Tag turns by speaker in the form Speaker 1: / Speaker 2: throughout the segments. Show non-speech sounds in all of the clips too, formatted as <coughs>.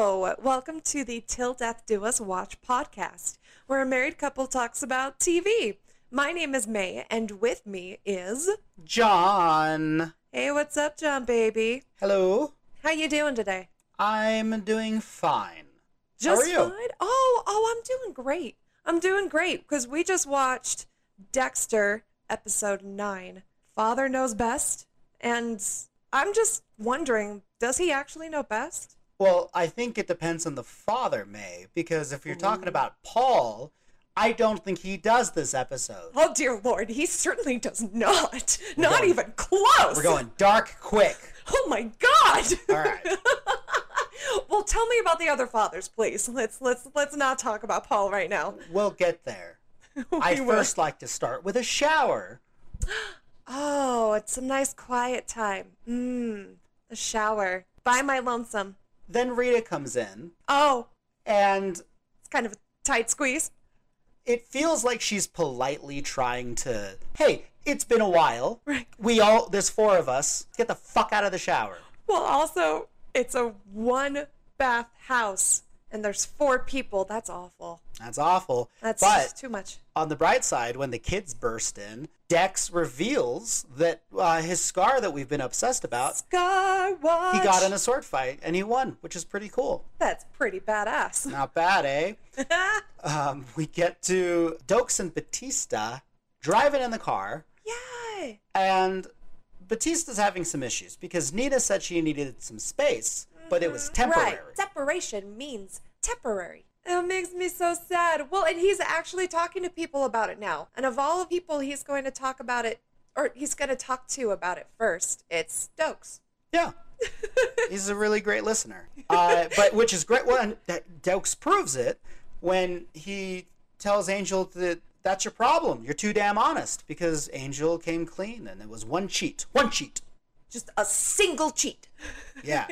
Speaker 1: Welcome to the Till Death Do Us Watch podcast, where a married couple talks about TV. My name is May, and with me is
Speaker 2: John.
Speaker 1: Hey, what's up, John baby?
Speaker 2: Hello.
Speaker 1: How you doing today?
Speaker 2: I'm doing fine.
Speaker 1: Just
Speaker 2: are you?
Speaker 1: fine. Oh, oh, I'm doing great. I'm doing great because we just watched Dexter episode nine. Father knows best, and I'm just wondering, does he actually know best?
Speaker 2: Well, I think it depends on the father, May, because if you're talking about Paul, I don't think he does this episode.
Speaker 1: Oh dear lord, he certainly does not. <laughs> not
Speaker 2: going-
Speaker 1: even close.
Speaker 2: We're going dark quick.
Speaker 1: Oh my god.
Speaker 2: All right.
Speaker 1: <laughs>
Speaker 2: <laughs>
Speaker 1: well, tell me about the other fathers, please. Let's let's let's not talk about Paul right now.
Speaker 2: We'll get there. I
Speaker 1: will.
Speaker 2: first like to start with a shower.
Speaker 1: Oh, it's a nice quiet time. Mmm, a shower by my lonesome.
Speaker 2: Then Rita comes in,
Speaker 1: Oh,
Speaker 2: and
Speaker 1: it's kind of a tight squeeze.
Speaker 2: it feels like she's politely trying to, hey, it's been a while.
Speaker 1: Right.
Speaker 2: We all, there's four of us, get the fuck out of the shower.
Speaker 1: Well, also, it's a one bath house and there's four people. That's awful.
Speaker 2: That's awful.
Speaker 1: That's
Speaker 2: but
Speaker 1: just too much.
Speaker 2: on the bright side, when the kids burst in, Dex reveals that uh, his scar that we've been obsessed about,
Speaker 1: Skywatch.
Speaker 2: he got in a sword fight and he won, which is pretty cool.
Speaker 1: That's pretty badass. <laughs>
Speaker 2: Not bad, eh? um, we get to Dox and Batista driving in the car,
Speaker 1: Yay.
Speaker 2: and Batista's having some issues because Nina said she needed some space, but it was temporary.
Speaker 1: Mm-hmm. Right. Separation means temporary. It makes me so sad. Well, and he's actually talking to people about it now. And of all the people he's going to talk about it, or he's going to talk to about it first, it's Stokes.
Speaker 2: Yeah. He's a really great listener. Uh, but which is great. Well, and that Doakes proves it when he tells Angel that that's your problem. You're too damn honest because Angel came clean and it was one cheat. One cheat.
Speaker 1: Just a single cheat.
Speaker 2: Yeah.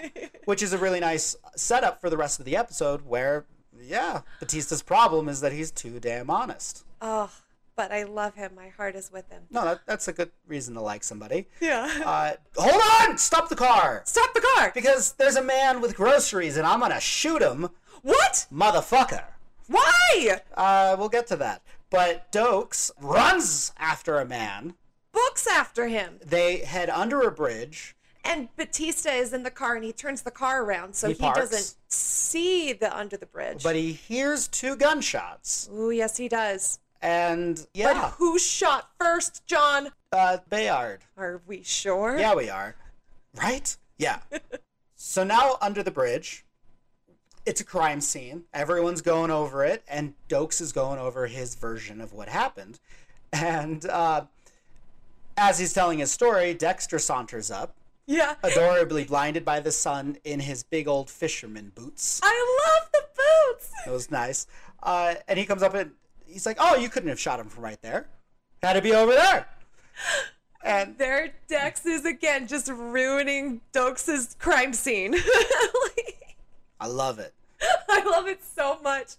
Speaker 2: which is a really nice setup for the rest of the episode where, yeah, Batista's problem is that he's too damn honest.
Speaker 1: Oh, but I love him. My heart is with him.
Speaker 2: No, that, that's a good reason to like somebody.
Speaker 1: Yeah.
Speaker 2: Uh, hold on! Stop the car!
Speaker 1: Stop the car.
Speaker 2: Because there's a man with groceries and I'm gonna shoot him.
Speaker 1: What?
Speaker 2: motherfucker.
Speaker 1: Why?
Speaker 2: Uh, we'll get to that. But Doakes runs after a man.
Speaker 1: Books after him.
Speaker 2: They head under a bridge.
Speaker 1: And Batista is in the car and he turns the car around so
Speaker 2: He
Speaker 1: he,
Speaker 2: parks.
Speaker 1: doesn't see the under the bridge.
Speaker 2: But he hears two gunshots,
Speaker 1: Ooh, yes, he does.
Speaker 2: and
Speaker 1: But
Speaker 2: yeah,
Speaker 1: who shot first, John?
Speaker 2: uh, Bayard.
Speaker 1: Are we sure?
Speaker 2: Yeah, we are, right? Yeah. so now under the bridge, it's a crime scene. Everyone's going over it, and Doakes is going over his version of what happened. And uh, as he's telling his story, Dexter saunters up,
Speaker 1: Yeah.
Speaker 2: adorably blinded by the sun in his big old fisherman boots.
Speaker 1: I love the boots.
Speaker 2: It was nice. Uh, and he comes up and he's like, "Oh, you couldn't have shot him from right there. Had to be over there." And
Speaker 1: Their Dex is again just ruining Dokes' crime scene. <laughs> Like,
Speaker 2: I love it.
Speaker 1: I love it so much.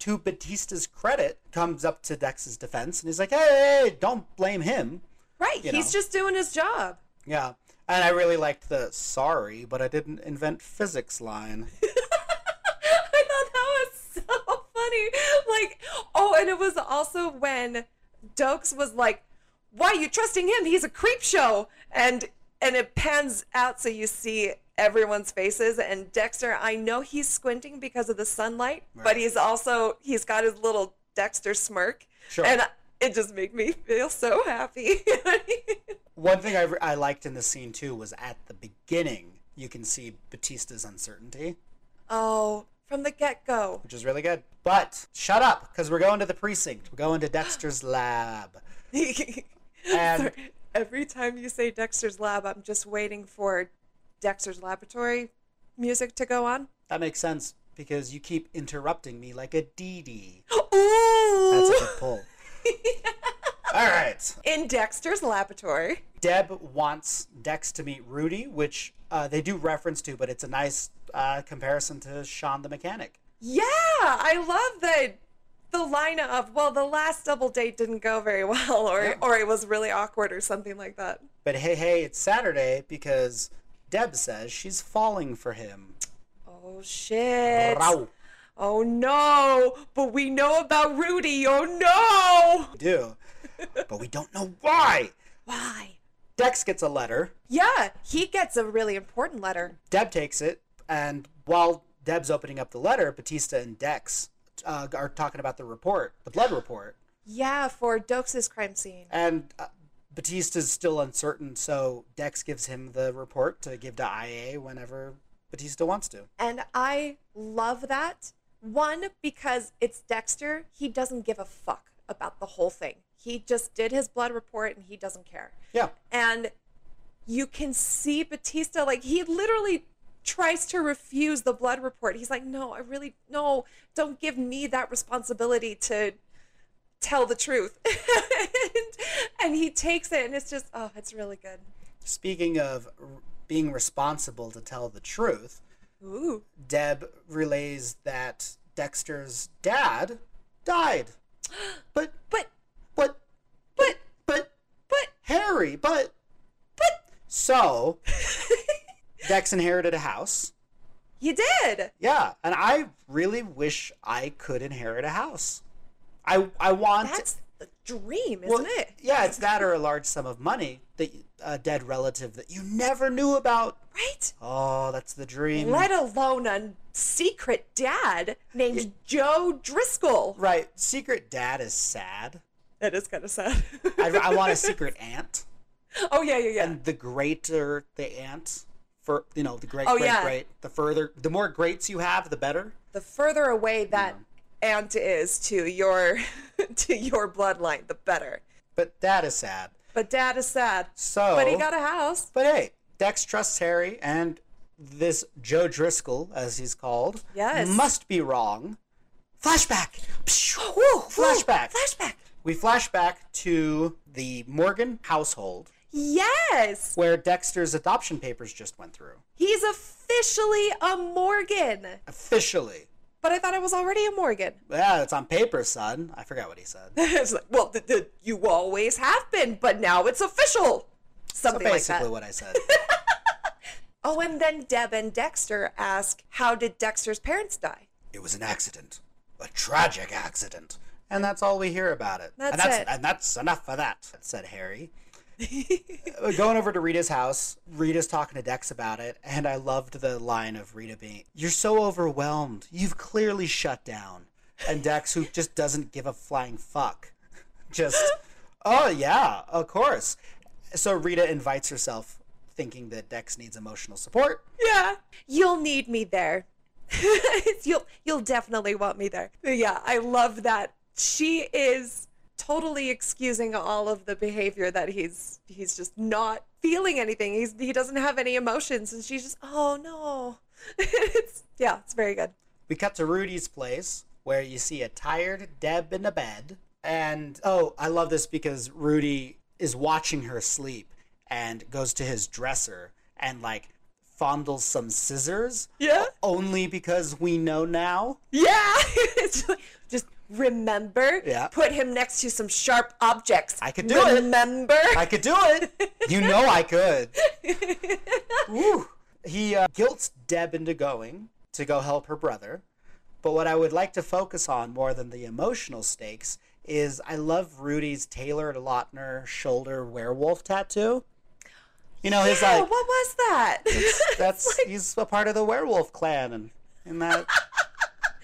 Speaker 2: To Batista's credit, comes up to Dex's defense and he's like, "Hey, hey, don't blame him."
Speaker 1: Right.
Speaker 2: You
Speaker 1: he's
Speaker 2: know.
Speaker 1: just doing his job.
Speaker 2: Yeah. And I really liked the "sorry, but I didn't invent physics" line. <laughs>
Speaker 1: I thought that was so <laughs> funny. Like, oh, and it was also when Dokes was like, "Why you trusting him? He's a creep show." And and it pans out so you see everyone's faces. And Dexter, I know he's squinting because of the sunlight, but
Speaker 2: Right.
Speaker 1: he's also he's got his little Dexter smirk,
Speaker 2: Sure.
Speaker 1: and it just made me feel so happy. <laughs>
Speaker 2: One thing I, I liked in the scene too was at the beginning, you can see Batista's uncertainty.
Speaker 1: oh, from the get <laughs> go.
Speaker 2: which is really good. But shut up, because we're going to the precinct. We're going to Dexter's lab. And-
Speaker 1: Sorry. Every time you say Dexter's Lab, I'm just waiting for Dexter's Laboratory music to go on. <gasps>
Speaker 2: That makes sense because you keep interrupting me like a DD.
Speaker 1: Ooh!
Speaker 2: That's a good pull. <laughs> All right.
Speaker 1: In Dexter's Laboratory.
Speaker 2: Deb wants Dex to meet Rudy, which uh, they do reference to, but it's a nice uh, comparison to Sean the Mechanic.
Speaker 1: Yeah, I love the the line of well, the last double date didn't go very well, or
Speaker 2: Yeah.
Speaker 1: or it was really awkward, or something like that.
Speaker 2: But hey, hey, it's Saturday because Deb says she's falling for him.
Speaker 1: Oh Oh shit.
Speaker 2: Row.
Speaker 1: Oh no. But we know about Rudy. Oh no.
Speaker 2: We do. but we don't know why.
Speaker 1: Why?
Speaker 2: Dex gets a letter.
Speaker 1: Yeah, he gets a really important letter.
Speaker 2: Deb takes it, and while Deb's opening up the letter, Batista and Dex uh, are talking about the report, the blood report,
Speaker 1: Yeah, for Dox's crime scene.
Speaker 2: and uh, Batista's still uncertain, so Dex gives him the report to give to IA whenever Batista wants to.
Speaker 1: And I love that. One, because it's Dexter. He doesn't give a fuck about the whole thing. He just did his blood report and he doesn't care.
Speaker 2: Yeah,
Speaker 1: And you can see Batista, like, he literally tries to refuse the blood report. He's like, no, I really, no, don't give me that responsibility to tell the truth. <laughs> and, and he takes it and it's just, oh, it's really good.
Speaker 2: speaking of r- being responsible to tell the truth,
Speaker 1: Ooh.
Speaker 2: Deb relays that Dexter's dad died. But,
Speaker 1: But,
Speaker 2: but, but, but,
Speaker 1: but,
Speaker 2: Harry, but,
Speaker 1: but, <laughs>
Speaker 2: so, Dex inherited a house.
Speaker 1: you did.
Speaker 2: Yeah, and I really wish I could inherit a house. I I want
Speaker 1: That's the dream, isn't
Speaker 2: well,
Speaker 1: it?
Speaker 2: yeah, it's that or a large sum of money that y- a dead relative that you never knew about.
Speaker 1: Right?
Speaker 2: Oh, that's the dream.
Speaker 1: Let alone a secret dad named Joe Driscoll.
Speaker 2: right, secret dad is sad.
Speaker 1: That is kind of sad.
Speaker 2: I, I want a secret aunt,
Speaker 1: <laughs> oh, yeah, yeah, yeah.
Speaker 2: and the greater the aunt, for you know the great
Speaker 1: Oh,
Speaker 2: great
Speaker 1: yeah.
Speaker 2: great, the further the more greats you have, the better.
Speaker 1: the further away that aunt is to your <laughs> to your bloodline, the better.
Speaker 2: But dad is sad.
Speaker 1: But dad is sad.
Speaker 2: So
Speaker 1: But he got a house.
Speaker 2: But hey, Dex trusts Harry, and this Joe Driscoll, as he's called,
Speaker 1: Yes.
Speaker 2: must be wrong. Flashback!
Speaker 1: <gasps>
Speaker 2: Pshh!
Speaker 1: Whoa,
Speaker 2: Flashback.
Speaker 1: Flashback.
Speaker 2: We flash back to the Morgan household
Speaker 1: Yes.
Speaker 2: where Dexter's adoption papers just went through.
Speaker 1: He's officially a Morgan.
Speaker 2: Officially.
Speaker 1: But I thought I was already a Morgan.
Speaker 2: Yeah, it's on paper, son. I forgot what he said.
Speaker 1: <laughs> it's like, well, th- th- you always have been, but now it's official. Something like
Speaker 2: Basically,
Speaker 1: that.
Speaker 2: what I said.
Speaker 1: Oh, and then Deb and Dexter ask, how did Dexter's parents die?
Speaker 2: it was an accident, a tragic accident. And that's all we hear about it.
Speaker 1: That's
Speaker 2: and that's
Speaker 1: it.
Speaker 2: and that's enough for that, said
Speaker 1: <laughs>
Speaker 2: Harry. Uh, Going over to Rita's house, Rita's talking to Dex about it, and I loved the line of Rita being, "You're so overwhelmed. You've clearly shut down." And Dex, who just doesn't give a flying fuck,
Speaker 1: <laughs>
Speaker 2: just, "Oh yeah, of course." So Rita invites herself, thinking that Dex needs emotional support.
Speaker 1: Yeah. You'll need me there. <laughs> you'll you'll definitely want me there. But yeah, I love that. She is totally excusing all of the behavior that he's he's just not feeling anything. He's he doesn't have any emotions and she's just, "Oh no." <laughs> it's yeah, it's very good.
Speaker 2: We cut to Rudy's place where you see a tired Deb in a bed. And oh, I love this because Rudy is watching her sleep and goes to his dresser and like fondles some scissors.
Speaker 1: Yeah.
Speaker 2: Only because we know now.
Speaker 1: Yeah. <laughs> It's like, just remember
Speaker 2: Yeah.
Speaker 1: put him next to some sharp objects.
Speaker 2: I could do it.
Speaker 1: Remember?
Speaker 2: I could do it. You know
Speaker 1: <laughs>
Speaker 2: I could. Woo. He uh, guilts Deb into going to go help her brother. But what I would like to focus on more than the emotional stakes is I love Rudy's Taylor Lautner shoulder werewolf tattoo. You know, he's
Speaker 1: yeah,
Speaker 2: like,
Speaker 1: Oh, what <laughs> was that?
Speaker 2: that's he's a part of the werewolf clan, and
Speaker 1: <laughs>
Speaker 2: and that
Speaker 1: <laughs>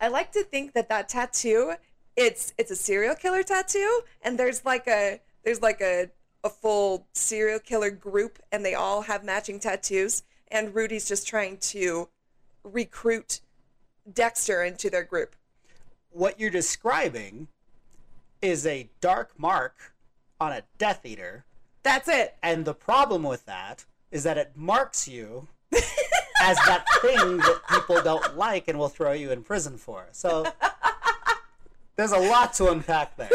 Speaker 1: I like to think that that tattoo it's it's a serial killer tattoo and there's like a there's like a a full serial killer group and they all have matching tattoos and Rudy's just trying to recruit Dexter into their group.
Speaker 2: what you're describing is a dark mark on a Death Eater.
Speaker 1: That's it.
Speaker 2: And the problem with that is that it marks you <laughs> as that thing that people don't like and will throw you in prison for. So there's a lot to
Speaker 1: <laughs>
Speaker 2: unpack there.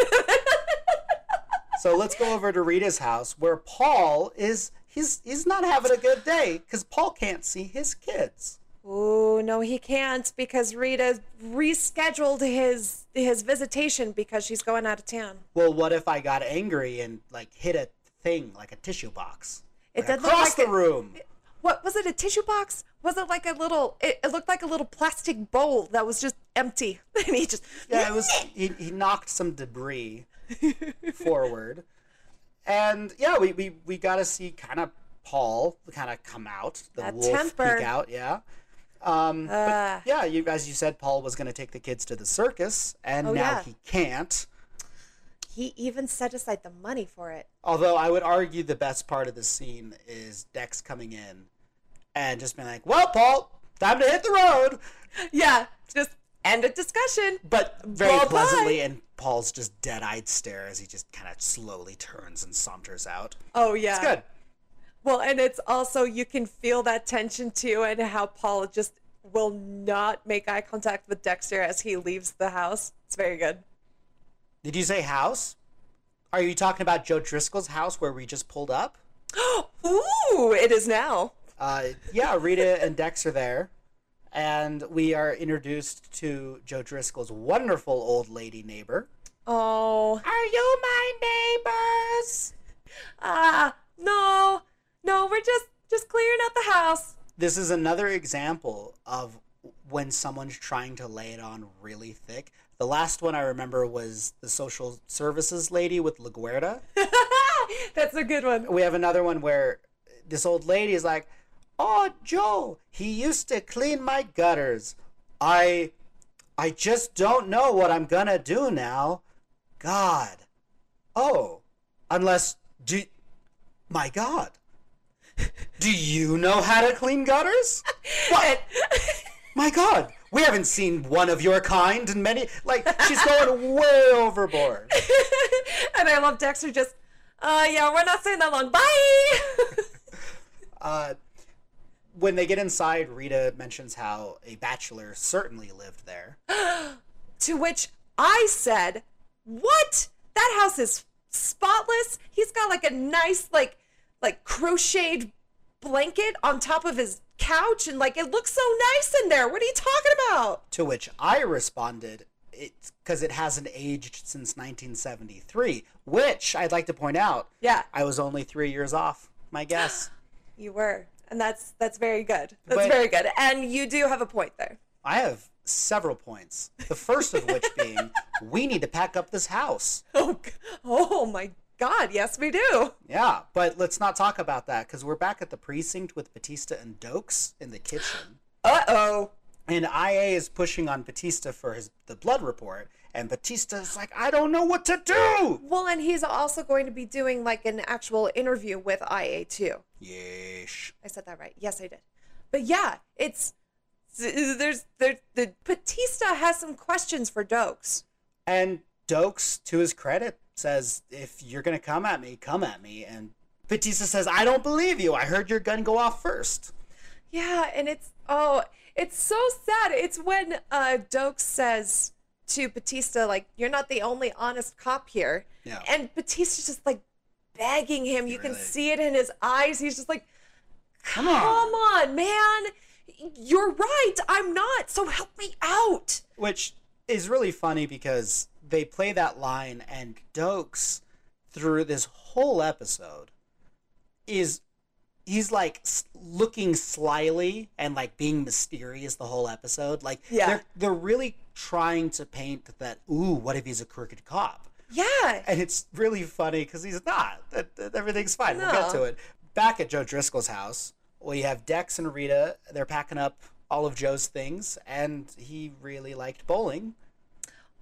Speaker 2: So let's go over to Rita's house where Paul is he's he's not having a good day cuz Paul can't see his kids.
Speaker 1: Oh, no he can't because Rita rescheduled his his visitation because she's going out of town.
Speaker 2: Well, what if I got angry and like hit a thing like a tissue box?
Speaker 1: It
Speaker 2: Like,
Speaker 1: did look
Speaker 2: across
Speaker 1: like
Speaker 2: the
Speaker 1: it-
Speaker 2: room.
Speaker 1: what was it? A tissue box? Was it like a little? It, it looked like a little plastic bowl that was just empty, <laughs> and he just
Speaker 2: Yeah, it was. He, he knocked some
Speaker 1: <laughs>
Speaker 2: debris forward, and yeah, we we, we got to see kind of Paul kind of come out, the
Speaker 1: That
Speaker 2: wolf
Speaker 1: temper.
Speaker 2: peek out. Yeah. Um,
Speaker 1: Ah.
Speaker 2: but yeah, you as you said, Paul was going to take the kids to the circus, and
Speaker 1: Oh,
Speaker 2: now
Speaker 1: yeah.
Speaker 2: he can't.
Speaker 1: He even set aside the money for it.
Speaker 2: Although I would argue the best part of the scene is Dex coming in and just being like, "Well, Paul, time to hit the road,"
Speaker 1: Yeah, just end a discussion.
Speaker 2: but very
Speaker 1: Well, bye.
Speaker 2: pleasantly, and Paul's just dead-eyed stare as he just kind of slowly turns and saunters out.
Speaker 1: Oh yeah,
Speaker 2: It's good.
Speaker 1: Well, and it's also you can feel that tension too, and how Paul just will not make eye contact with Dexter as he leaves the house. It's very good. <gasps>
Speaker 2: Did you say house? Are you talking about Joe Driscoll's house where we just pulled up?
Speaker 1: Ooh, it is now.
Speaker 2: Uh, yeah, <laughs> Rita and Dex are there, and we are introduced to Joe Driscoll's wonderful old lady neighbor.
Speaker 1: Oh,
Speaker 2: Are you my neighbors?
Speaker 1: ah, no, no, we're just just clearing out the house.
Speaker 2: this is another example of when someone's trying to lay it on really thick. The last one I remember was the social services lady with LaGuardia.
Speaker 1: That's a good one.
Speaker 2: we have another one where this old lady is like, "Oh, Joe, he used to clean my gutters. I I just don't know what I'm going to do now. God. Oh, unless do my god. <laughs> Do you know how to clean gutters? What? My god. We haven't seen one of your kind in many like she's going way overboard.
Speaker 1: and I love Dexter just, uh, yeah, we're not staying that long. Bye. <laughs>
Speaker 2: Uh, when they get inside, Rita mentions how a bachelor certainly lived there.
Speaker 1: to which I said, "What? That house is spotless. He's got like a nice like like crocheted blanket on top of his couch and like it looks so nice in there. What are you talking about?"
Speaker 2: to which I responded, "It's because it hasn't aged since 1973." Which I'd like to point out,
Speaker 1: Yeah,
Speaker 2: I was only three years off. My guess.
Speaker 1: you were. And that's that's very good. That's
Speaker 2: But-
Speaker 1: very good. And you do have a point there. <laughs>
Speaker 2: I have several points. The first of which being, we need to pack up this house.
Speaker 1: Oh, g- oh my god, yes we do.
Speaker 2: Yeah, but let's not talk about that because we're back at the precinct with Batista and Dokes in the kitchen.
Speaker 1: Uh-oh.
Speaker 2: and IA is pushing on Batista for his the blood report, and Batista's like, I don't know what to do.
Speaker 1: Well, and he's also going to be doing like an actual interview with IA too.
Speaker 2: Yeesh.
Speaker 1: I said that right. Yes, I did. But yeah, it's there's there the Batista has some questions for Dokes.
Speaker 2: And Dokes, to his credit, says, If you're gonna come at me, come at me. And Batista says, I don't believe you. I heard your gun go off first.
Speaker 1: Yeah, and it's oh, it's so sad. It's when uh Dokes says to Batista like you're not the only honest cop here.
Speaker 2: Yeah.
Speaker 1: And Batista's just like begging him. You can
Speaker 2: Really?
Speaker 1: see it in his eyes. He's just like
Speaker 2: Come on.
Speaker 1: Come on, man. You're right. I'm not. So help me out.
Speaker 2: Which is really funny because they play that line, and Dokes, through this whole episode, is he's like s- looking slyly and like being mysterious the whole episode. Like,
Speaker 1: Yeah.
Speaker 2: they're, they're really trying to paint that, ooh, what if he's a crooked cop?
Speaker 1: Yeah.
Speaker 2: And it's really funny because he's not. That- that- Everything's fine. We'll get
Speaker 1: No.
Speaker 2: to it. Back at Joe Driscoll's house, we have Dex and Rita. They're packing up all of Joe's things, and he really liked bowling.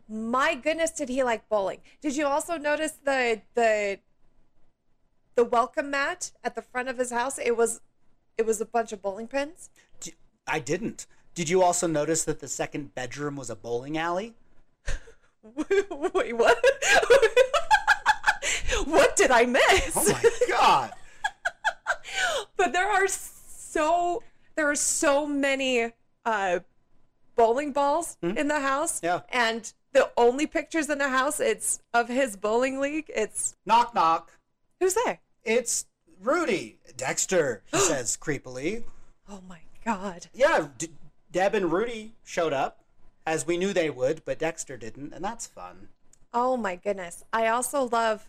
Speaker 1: my goodness did he like bowling did you also notice the the the welcome mat at the front of his house it was it was a bunch of bowling pins <laughs>
Speaker 2: D- I didn't. Did you also notice that the second bedroom was a bowling alley?
Speaker 1: wait what <laughs> what did i miss
Speaker 2: Oh my god!
Speaker 1: but there are so there are so many uh bowling balls in the house
Speaker 2: Hmm? Yeah.
Speaker 1: and the only pictures in the house it's of his bowling league it's
Speaker 2: Knock knock.
Speaker 1: who's there
Speaker 2: It's Rudy Dexter. He says creepily.
Speaker 1: oh my god
Speaker 2: Yeah, D- Deb and Rudy showed up, as we knew they would, but Dexter didn't, and that's fun.
Speaker 1: Oh my goodness. I also love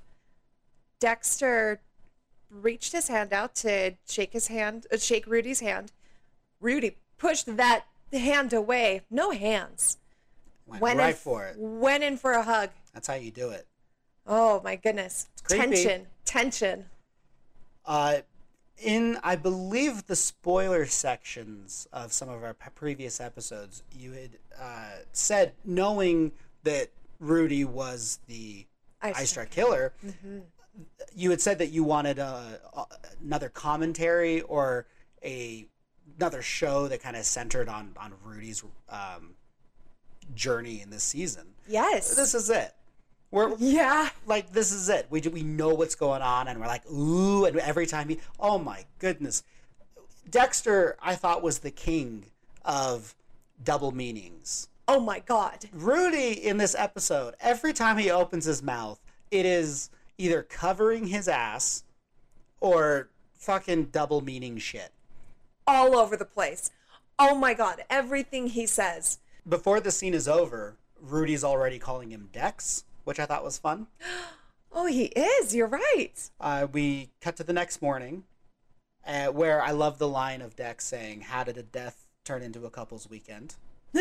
Speaker 1: Dexter reached his hand out to shake his hand, uh, shake Rudy's hand. Rudy pushed that hand away. No hands.
Speaker 2: Went,
Speaker 1: Went
Speaker 2: right
Speaker 1: in,
Speaker 2: for it.
Speaker 1: Went in for a hug.
Speaker 2: That's how you do it.
Speaker 1: Oh my goodness.
Speaker 2: creepy.
Speaker 1: Tension. Tension.
Speaker 2: Uh, in, I believe, the spoiler sections of some of our p- previous episodes, you had uh, said, knowing that Rudy was the
Speaker 1: I
Speaker 2: Ice Strike Killer, you had said that you wanted a, a, another commentary or a another show that kind of centered on on Rudy's um, journey in this season.
Speaker 1: Yes.
Speaker 2: This is it. We're
Speaker 1: yeah.
Speaker 2: like this is it. We do, we know what's going on, and we're like, ooh, and every time he, oh my goodness, Dexter, I thought was the king of double meanings.
Speaker 1: Oh my god.
Speaker 2: Rudy in this episode, every time he opens his mouth, it is either covering his ass or fucking double meaning shit.
Speaker 1: All over the place. Oh my god. Everything he says.
Speaker 2: Before the scene is over, Rudy's already calling him Dex, which I thought was fun.
Speaker 1: Oh, he is. You're right.
Speaker 2: uh, we cut to the next morning, uh, where I love the line of Dex saying, "How did a death turn into a couple's weekend?"
Speaker 1: <laughs>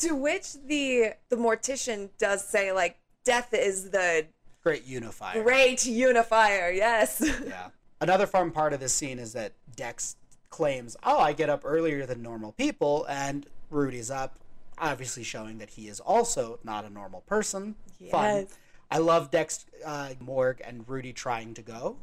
Speaker 1: To which the the mortician does say like death is the
Speaker 2: Great unifier.
Speaker 1: great unifier. Yes. <laughs>
Speaker 2: Yeah. Another fun part of this scene is that Dex claims, "Oh, I get up earlier than normal people," and Rudy's up, obviously showing that he is also not a normal person. Fun.
Speaker 1: Yes.
Speaker 2: I love Dex, uh, Morg, and Rudy trying to go.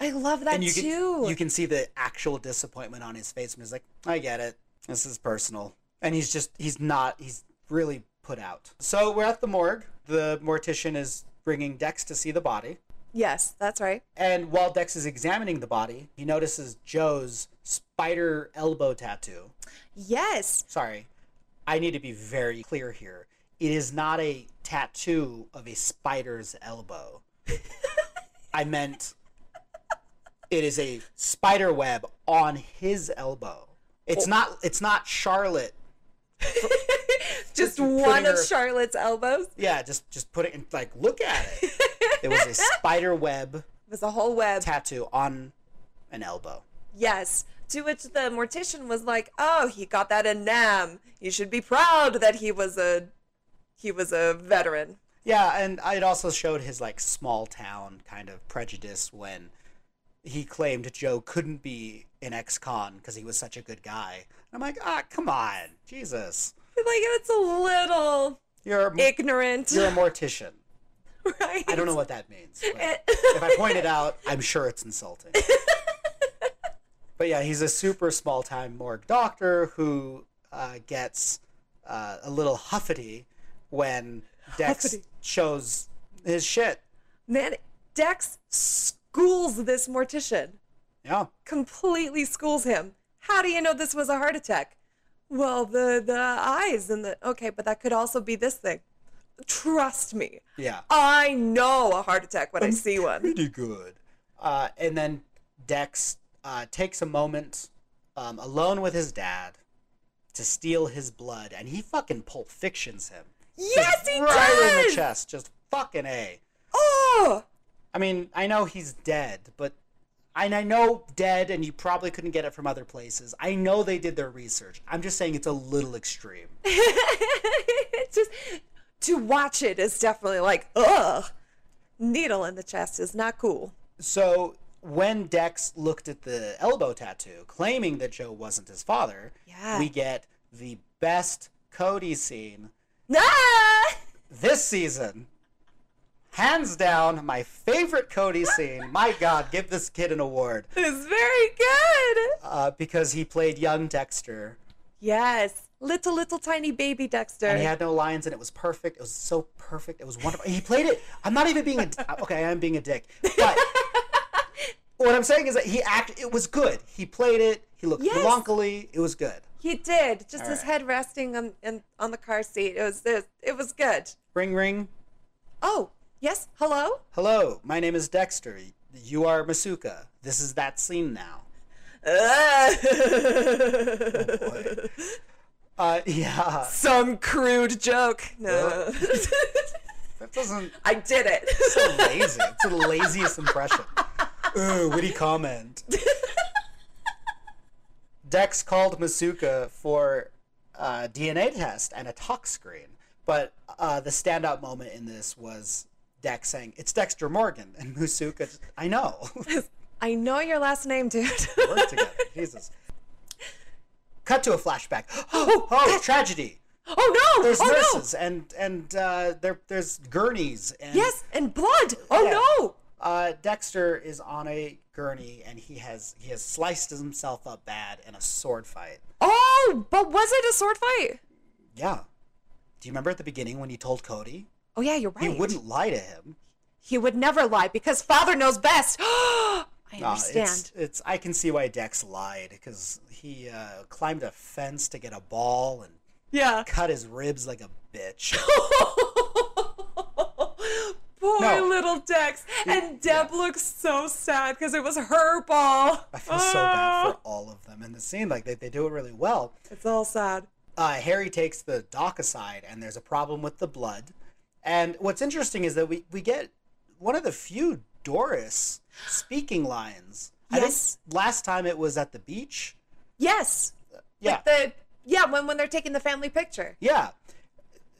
Speaker 1: I love that
Speaker 2: and you
Speaker 1: too.
Speaker 2: can you can see the actual disappointment on his face when he's like, "I get it. This is personal." And he's just he's not he's really put out. So we're at the morgue. The mortician is bringing Dex to see the body,
Speaker 1: yes, that's right.
Speaker 2: and while Dex is examining the body, he notices Joe's spider elbow tattoo.
Speaker 1: Yes.
Speaker 2: Sorry, I need to be very clear here. It is not a tattoo of a spider's elbow. I meant it is a spider web on his elbow. It's not it's not Charlotte.
Speaker 1: Just
Speaker 2: putting
Speaker 1: one of
Speaker 2: her-
Speaker 1: Charlotte's elbows. It
Speaker 2: Yeah, just just put it in like look at it. it was a spider web
Speaker 1: was a whole web.
Speaker 2: tattoo on an elbow.
Speaker 1: Yes. To which the mortician was like, "Oh, he got that in Nam. You should be proud that he was a he was a veteran." <laughs>
Speaker 2: Yeah, and it also showed his like small town kind of prejudice when he claimed Joe couldn't be an ex-con because he was such a good guy. And I'm like, ah, come on, Jesus,
Speaker 1: Like it's a little
Speaker 2: you're a,
Speaker 1: ignorant, <laughs>
Speaker 2: you're a mortician.
Speaker 1: right?
Speaker 2: Mm. I don't know what that means. but
Speaker 1: <laughs>
Speaker 2: if I point it out, I'm sure it's insulting. but yeah, he's a super small-time morgue doctor who uh, gets uh, a little huffety when Dex
Speaker 1: Huffety.
Speaker 2: shows his shit.
Speaker 1: Man, Dex schools this mortician.
Speaker 2: Yeah.
Speaker 1: Completely schools him. How do you know this was a heart attack? Well, the the eyes and the okay, but that could also be this thing. Trust me.
Speaker 2: Yeah.
Speaker 1: I know a heart attack
Speaker 2: Um,
Speaker 1: when I see
Speaker 2: <laughs>
Speaker 1: one.
Speaker 2: pretty good. Uh, and then Dex uh, takes a moment um, alone with his dad to steal his blood, and he fucking pulp fictions him.
Speaker 1: Yes,
Speaker 2: Just
Speaker 1: he
Speaker 2: right in the
Speaker 1: does.
Speaker 2: chest, just fucking a.
Speaker 1: Oh, <laughs>
Speaker 2: I mean, I know he's dead, but and I know dead, and you probably couldn't get it from other places. I know they did their research. I'm just saying it's a little extreme.
Speaker 1: it's just to watch it is definitely like ugh. Needle in the chest is not cool. <laughs>
Speaker 2: So when Dex looked at the elbow tattoo, claiming that Joe wasn't his father,
Speaker 1: Yeah.
Speaker 2: we get the best Cody scene
Speaker 1: Ah!
Speaker 2: this season. Hands down, my favorite Cody scene. my God, give this kid an award
Speaker 1: It's very good.
Speaker 2: uh, because he played young Dexter
Speaker 1: Yes, little little tiny baby Dexter.
Speaker 2: and he had no lines and it was perfect. It was so perfect. It was wonderful. He played it. I'm not even being a okay. I am being a dick, but what I'm saying is that he act. It was good. He played it. He looked
Speaker 1: Yes.
Speaker 2: melancholy. It was good.
Speaker 1: He did. Just his
Speaker 2: right.
Speaker 1: head resting on in, on the car seat. It was it, it was good.
Speaker 2: Ring ring.
Speaker 1: Oh yes,
Speaker 2: <laughs>
Speaker 1: hello.
Speaker 2: Hello, my name is Dexter. You are Masuka. This is that scene now. Uh, yeah. Uh, <laughs>
Speaker 1: Some crude joke. No.
Speaker 2: That's doesn't
Speaker 1: <laughs> I did it.
Speaker 2: <laughs> so lazy. It's the laziest impression. Ooh, witty comment. Dex called Masuka for a DNA test and a tox screen, but uh, the standout moment in this was Dex saying, "It's Dexter Morgan," and Masuka, "I know." <laughs>
Speaker 1: I know your last name, dude.
Speaker 2: Work together, Jesus. Cut to a flashback. Oh, oh, tragedy.
Speaker 1: <laughs> oh no!
Speaker 2: There's
Speaker 1: oh
Speaker 2: nurses and and uh, there there's gurneys and
Speaker 1: no! Yes, and blood. Oh
Speaker 2: Yeah.
Speaker 1: no!
Speaker 2: Uh, Dexter is on a gurney and he has he has sliced himself up bad in a sword fight.
Speaker 1: Oh, but was it a sword fight?
Speaker 2: Yeah. Do you remember at the beginning when he told Cody
Speaker 1: Oh yeah, you're right.
Speaker 2: he wouldn't lie to him?
Speaker 1: He would never lie because father knows best. <gasps> I
Speaker 2: Uh,
Speaker 1: understand.
Speaker 2: it's it's I can see why Dex lied because he uh, climbed a fence to get a ball and
Speaker 1: yeah.
Speaker 2: cut his ribs like a bitch.
Speaker 1: <laughs> Poor
Speaker 2: No.
Speaker 1: little Dex. And Deb looks so sad because it was her ball. Ah.
Speaker 2: I feel so bad
Speaker 1: <laughs>
Speaker 2: for all of them in the scene. Like they, they do it really well.
Speaker 1: It's all sad.
Speaker 2: uh, Harry takes the dock aside, and there's a problem with the blood. And what's interesting is that we, we get one of the few Doris speaking lines.
Speaker 1: Yes.
Speaker 2: I think last time it was at the beach.
Speaker 1: Yes.
Speaker 2: Yeah.
Speaker 1: The yeah, when when they're taking the family picture.
Speaker 2: yeah.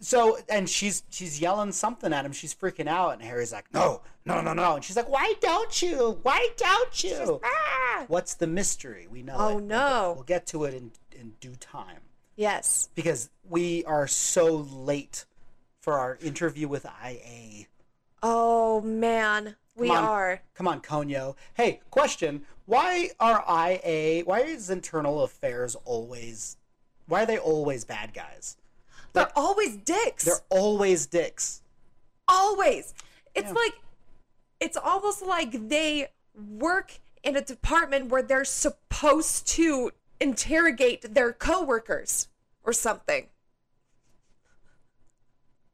Speaker 2: So and she's she's yelling something at him. She's freaking out, and Harry's like, "No, no, no, no!" And she's like, "Why don't you? Why don't you?"
Speaker 1: Ah!
Speaker 2: What's the mystery? We know.
Speaker 1: Oh,
Speaker 2: it. We'll-
Speaker 1: no.
Speaker 2: We'll get to it in in due time.
Speaker 1: Yes.
Speaker 2: because we are so late for our interview with IA.
Speaker 1: Oh man, we
Speaker 2: Come on.
Speaker 1: are.
Speaker 2: Come on, Konyo. Hey, question: Why are IA? Why is internal affairs always? Why are they always bad guys?
Speaker 1: They're always dicks.
Speaker 2: They're always dicks.
Speaker 1: always. It's
Speaker 2: Yeah.
Speaker 1: like it's almost like they work in a department where they're supposed to interrogate their coworkers or something.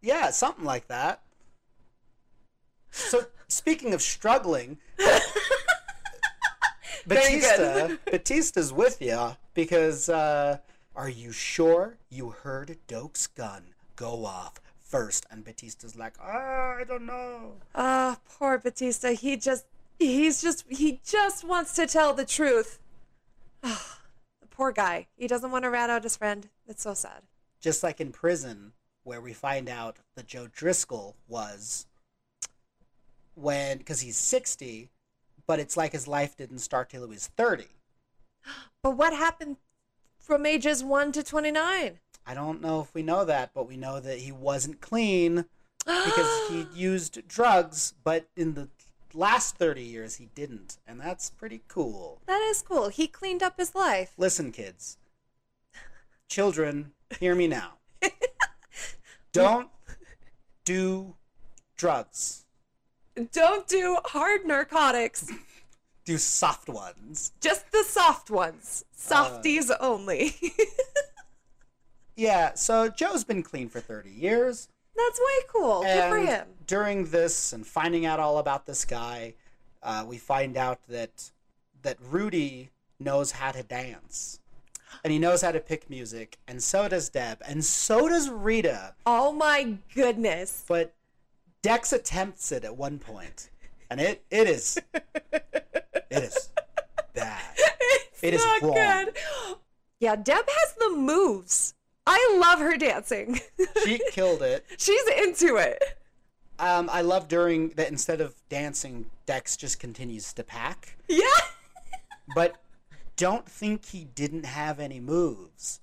Speaker 2: Yeah, something like that. So speaking of struggling,
Speaker 1: <laughs> Very
Speaker 2: Batista,
Speaker 1: good. <laughs>
Speaker 2: Batista's with ya because uh, are you sure you heard Doke's gun go off first? And Batista's like, ah, I don't know.
Speaker 1: Ah, poor Batista. He just he's just he just wants to tell the truth. Ah, poor guy. He doesn't want to rat out his friend. It's so sad.
Speaker 2: Just like in prison, where we find out that Joe Driscoll was when because he's sixty, but it's like his life didn't start till he was thirty.
Speaker 1: But what happened from ages 1 to 29?
Speaker 2: I don't know if we know that, but we know that he wasn't clean because he used drugs, but in the last 30 years he didn't, and that's pretty cool.
Speaker 1: That is cool. He cleaned up his life.
Speaker 2: Listen, kids. Children, hear me now. Don't do drugs.
Speaker 1: Don't do hard narcotics.
Speaker 2: Do soft ones.
Speaker 1: Just the soft ones. Softies
Speaker 2: Uh.
Speaker 1: only. <laughs>
Speaker 2: Yeah, so Joe's been clean for 30 years.
Speaker 1: That's way cool. Oh, Good for
Speaker 2: And
Speaker 1: him.
Speaker 2: During this and finding out all about this guy, uh, we find out that that Rudy knows how to dance, and he knows how to pick music, and so does Deb, and so does Rita.
Speaker 1: Oh my goodness.
Speaker 2: But Dex attempts it at one point, and it it is it is bad. It is
Speaker 1: Not
Speaker 2: wrong.
Speaker 1: good. Yeah, Deb has the moves. I love her dancing. <laughs>
Speaker 2: She killed it.
Speaker 1: She's into it.
Speaker 2: Um, I love during that instead of dancing, Dex just continues to pack.
Speaker 1: Yeah. <laughs>
Speaker 2: but don't think he didn't have any moves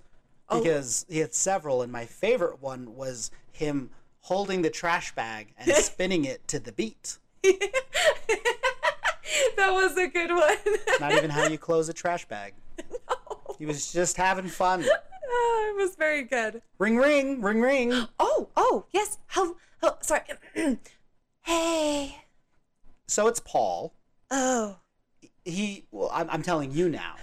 Speaker 2: because he had several and my favorite one was him holding the trash bag and spinning it to the beat
Speaker 1: That was a good one. <laughs>
Speaker 2: not even how you close a trash bag he was just having fun
Speaker 1: Oh, it was very good.
Speaker 2: ring ring ring ring
Speaker 1: Oh, oh, yes. Hello. Oh, sorry. <clears throat> hey.
Speaker 2: so it's paul
Speaker 1: Oh.
Speaker 2: he well i'm, I'm telling you now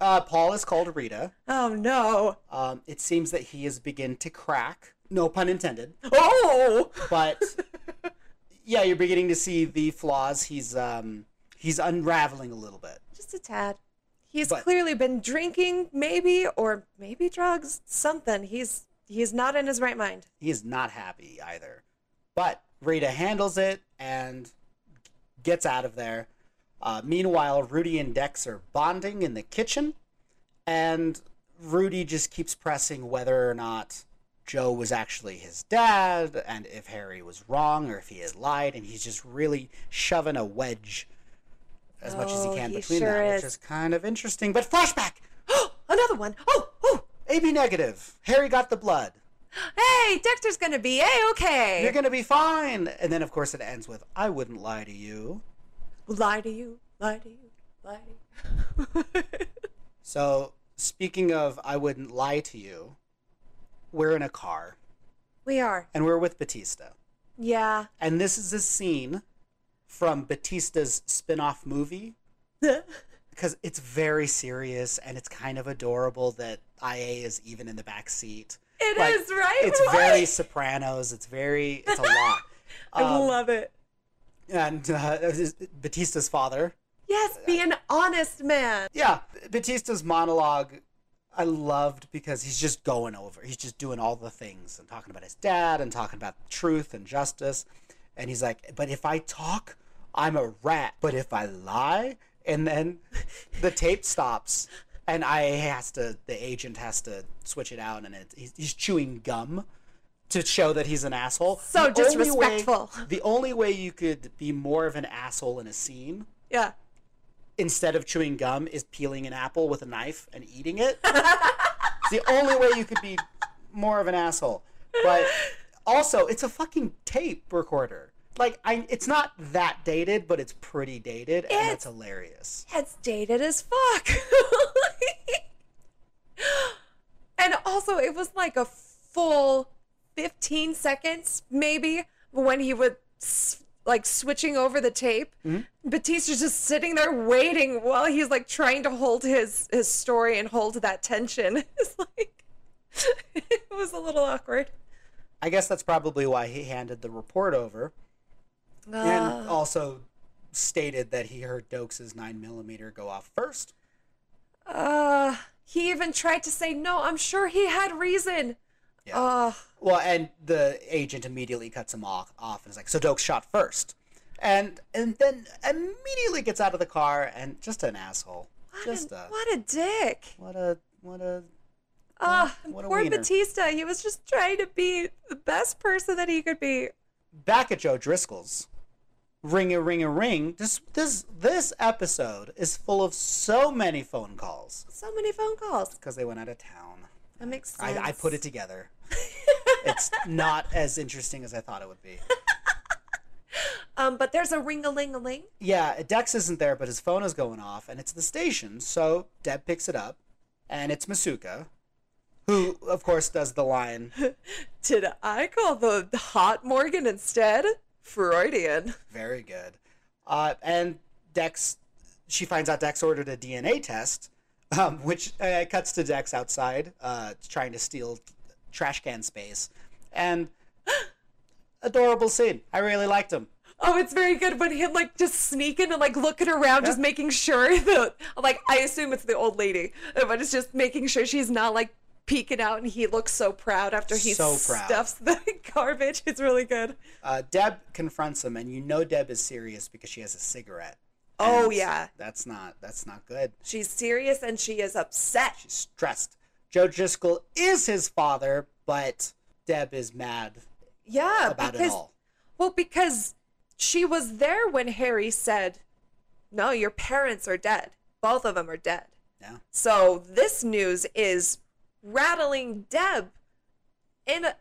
Speaker 2: uh, paul is called rita
Speaker 1: Oh no.
Speaker 2: um, it seems that he has begun to crack no pun intended
Speaker 1: Oh.
Speaker 2: but yeah, you're beginning to see the flaws. He's um he's unraveling a little bit.
Speaker 1: Just a tad. He's
Speaker 2: But-
Speaker 1: clearly been drinking, maybe, or maybe drugs, something. He's he's not in his right mind. <gasps>
Speaker 2: He is not happy either. But Rita handles it and gets out of there. Uh, meanwhile, Rudy and Dex are bonding in the kitchen, and Rudy just keeps pressing whether or not Joe was actually his dad and if Harry was wrong or if he had lied, and he's just really shoving a wedge as much as he
Speaker 1: Oh,
Speaker 2: can
Speaker 1: he
Speaker 2: between
Speaker 1: sure
Speaker 2: them,
Speaker 1: is.
Speaker 2: which is kind of interesting. But flashback!
Speaker 1: Another one. Oh, oh.
Speaker 2: AB negative. Harry got the blood.
Speaker 1: Hey, Dexter's gonna be a okay.
Speaker 2: You're gonna be fine. And then, of course, it ends with "I wouldn't lie to you."
Speaker 1: lie to you, lie to you, lie to you. <laughs>
Speaker 2: So, speaking of "I wouldn't lie to you," we're in a car
Speaker 1: we are.
Speaker 2: and we're with Batista, <laughs>
Speaker 1: Yeah.
Speaker 2: and this is a scene from Batista's spin-off movie because it's very serious and it's kind of adorable that IA is even in the back seat.
Speaker 1: It is
Speaker 2: Like,
Speaker 1: right?
Speaker 2: It's
Speaker 1: Why?
Speaker 2: very Sopranos. It's very. It's a lot.
Speaker 1: <laughs> I
Speaker 2: Um,
Speaker 1: love it.
Speaker 2: and uh, <laughs> Batista's father,
Speaker 1: Yes, be
Speaker 2: uh,
Speaker 1: an honest man.
Speaker 2: yeah, Batista's monologue I loved because he's just going over. He's just doing all the things and talking about his dad and talking about truth and justice. And he's like, "But if I talk, I'm a rat. But if I lie," and then the tape stops and I has to the agent has to switch it out and it, he's, he's chewing gum to show that he's an asshole.
Speaker 1: So
Speaker 2: The only way-
Speaker 1: disrespectful.
Speaker 2: the only way you could be more of an asshole in a scene
Speaker 1: Yeah.
Speaker 2: instead of chewing gum is peeling an apple with a knife and eating it. it's the only way you could be more of an asshole. But also, it's a fucking tape recorder. Like I it's not that dated, but it's pretty dated and it's hilarious.
Speaker 1: It's dated as fuck. <laughs> and also, it was like a full 15 seconds, maybe, when he would s- like switching over the tape.
Speaker 2: Mm-hmm.
Speaker 1: Batista's just sitting there waiting while he's like trying to hold his his story and hold that tension. <laughs> It's like it was a little awkward.
Speaker 2: I guess that's probably why he handed the report over and
Speaker 1: Uh,
Speaker 2: also stated that he heard Dokes' 9mm go off first.
Speaker 1: uh, he even tried to say no. I'm sure he had reason.
Speaker 2: Yeah.
Speaker 1: Uh,
Speaker 2: Well, and the agent immediately cuts him off, off and is like, "So Doak shot first. and and then immediately gets out of the car and just an asshole,
Speaker 1: what,
Speaker 2: just
Speaker 1: an-
Speaker 2: a
Speaker 1: what a dick.
Speaker 2: what a what a
Speaker 1: Oh,
Speaker 2: what a
Speaker 1: poor
Speaker 2: wiener.
Speaker 1: Batista. He was just trying to be the best person that he could be.
Speaker 2: back at Joe Driscoll's. Ring a ring a ring. This this this episode is full of so many phone calls
Speaker 1: So many phone calls.
Speaker 2: because they went out of town.
Speaker 1: That makes sense.
Speaker 2: I, I put it
Speaker 1: <laughs>
Speaker 2: together. it's not as interesting as I thought it would be.
Speaker 1: Um, but there's a ring a ling a ling.
Speaker 2: yeah, Dex isn't there, but his phone is going off, and it's the station. So Deb picks it up, and it's Masuka, who, of course, does
Speaker 1: <laughs>
Speaker 2: the line
Speaker 1: Did I call the hot Morgan instead? Freudian.
Speaker 2: very good. Uh, and Dex, she finds out Dex ordered a DNA test, um, which uh, cuts to Dex outside, uh, trying to steal trash can space.
Speaker 1: <gasps>
Speaker 2: And adorable scene. I really liked him.
Speaker 1: Oh, it's very good when him like just sneaking and like looking around, just making sure <laughs> that like I assume it's the old lady, uh, but it's just making sure she's not like peeking out, and he looks so proud after he
Speaker 2: So proud.
Speaker 1: stuffs <laughs> the garbage. It's really good.
Speaker 2: Uh, Deb confronts him, and you know Deb is serious because she has a cigarette.
Speaker 1: Oh
Speaker 2: And
Speaker 1: yeah,
Speaker 2: That's not that's not good.
Speaker 1: she's serious and she is upset.
Speaker 2: She's stressed. Joe Driscoll is his father, but Deb is mad
Speaker 1: Yeah,
Speaker 2: about
Speaker 1: because
Speaker 2: it all.
Speaker 1: well, because she was there when Harry said, "No, your parents are dead. Both of them are dead."
Speaker 2: Yeah.
Speaker 1: So this news is rattling Deb in a,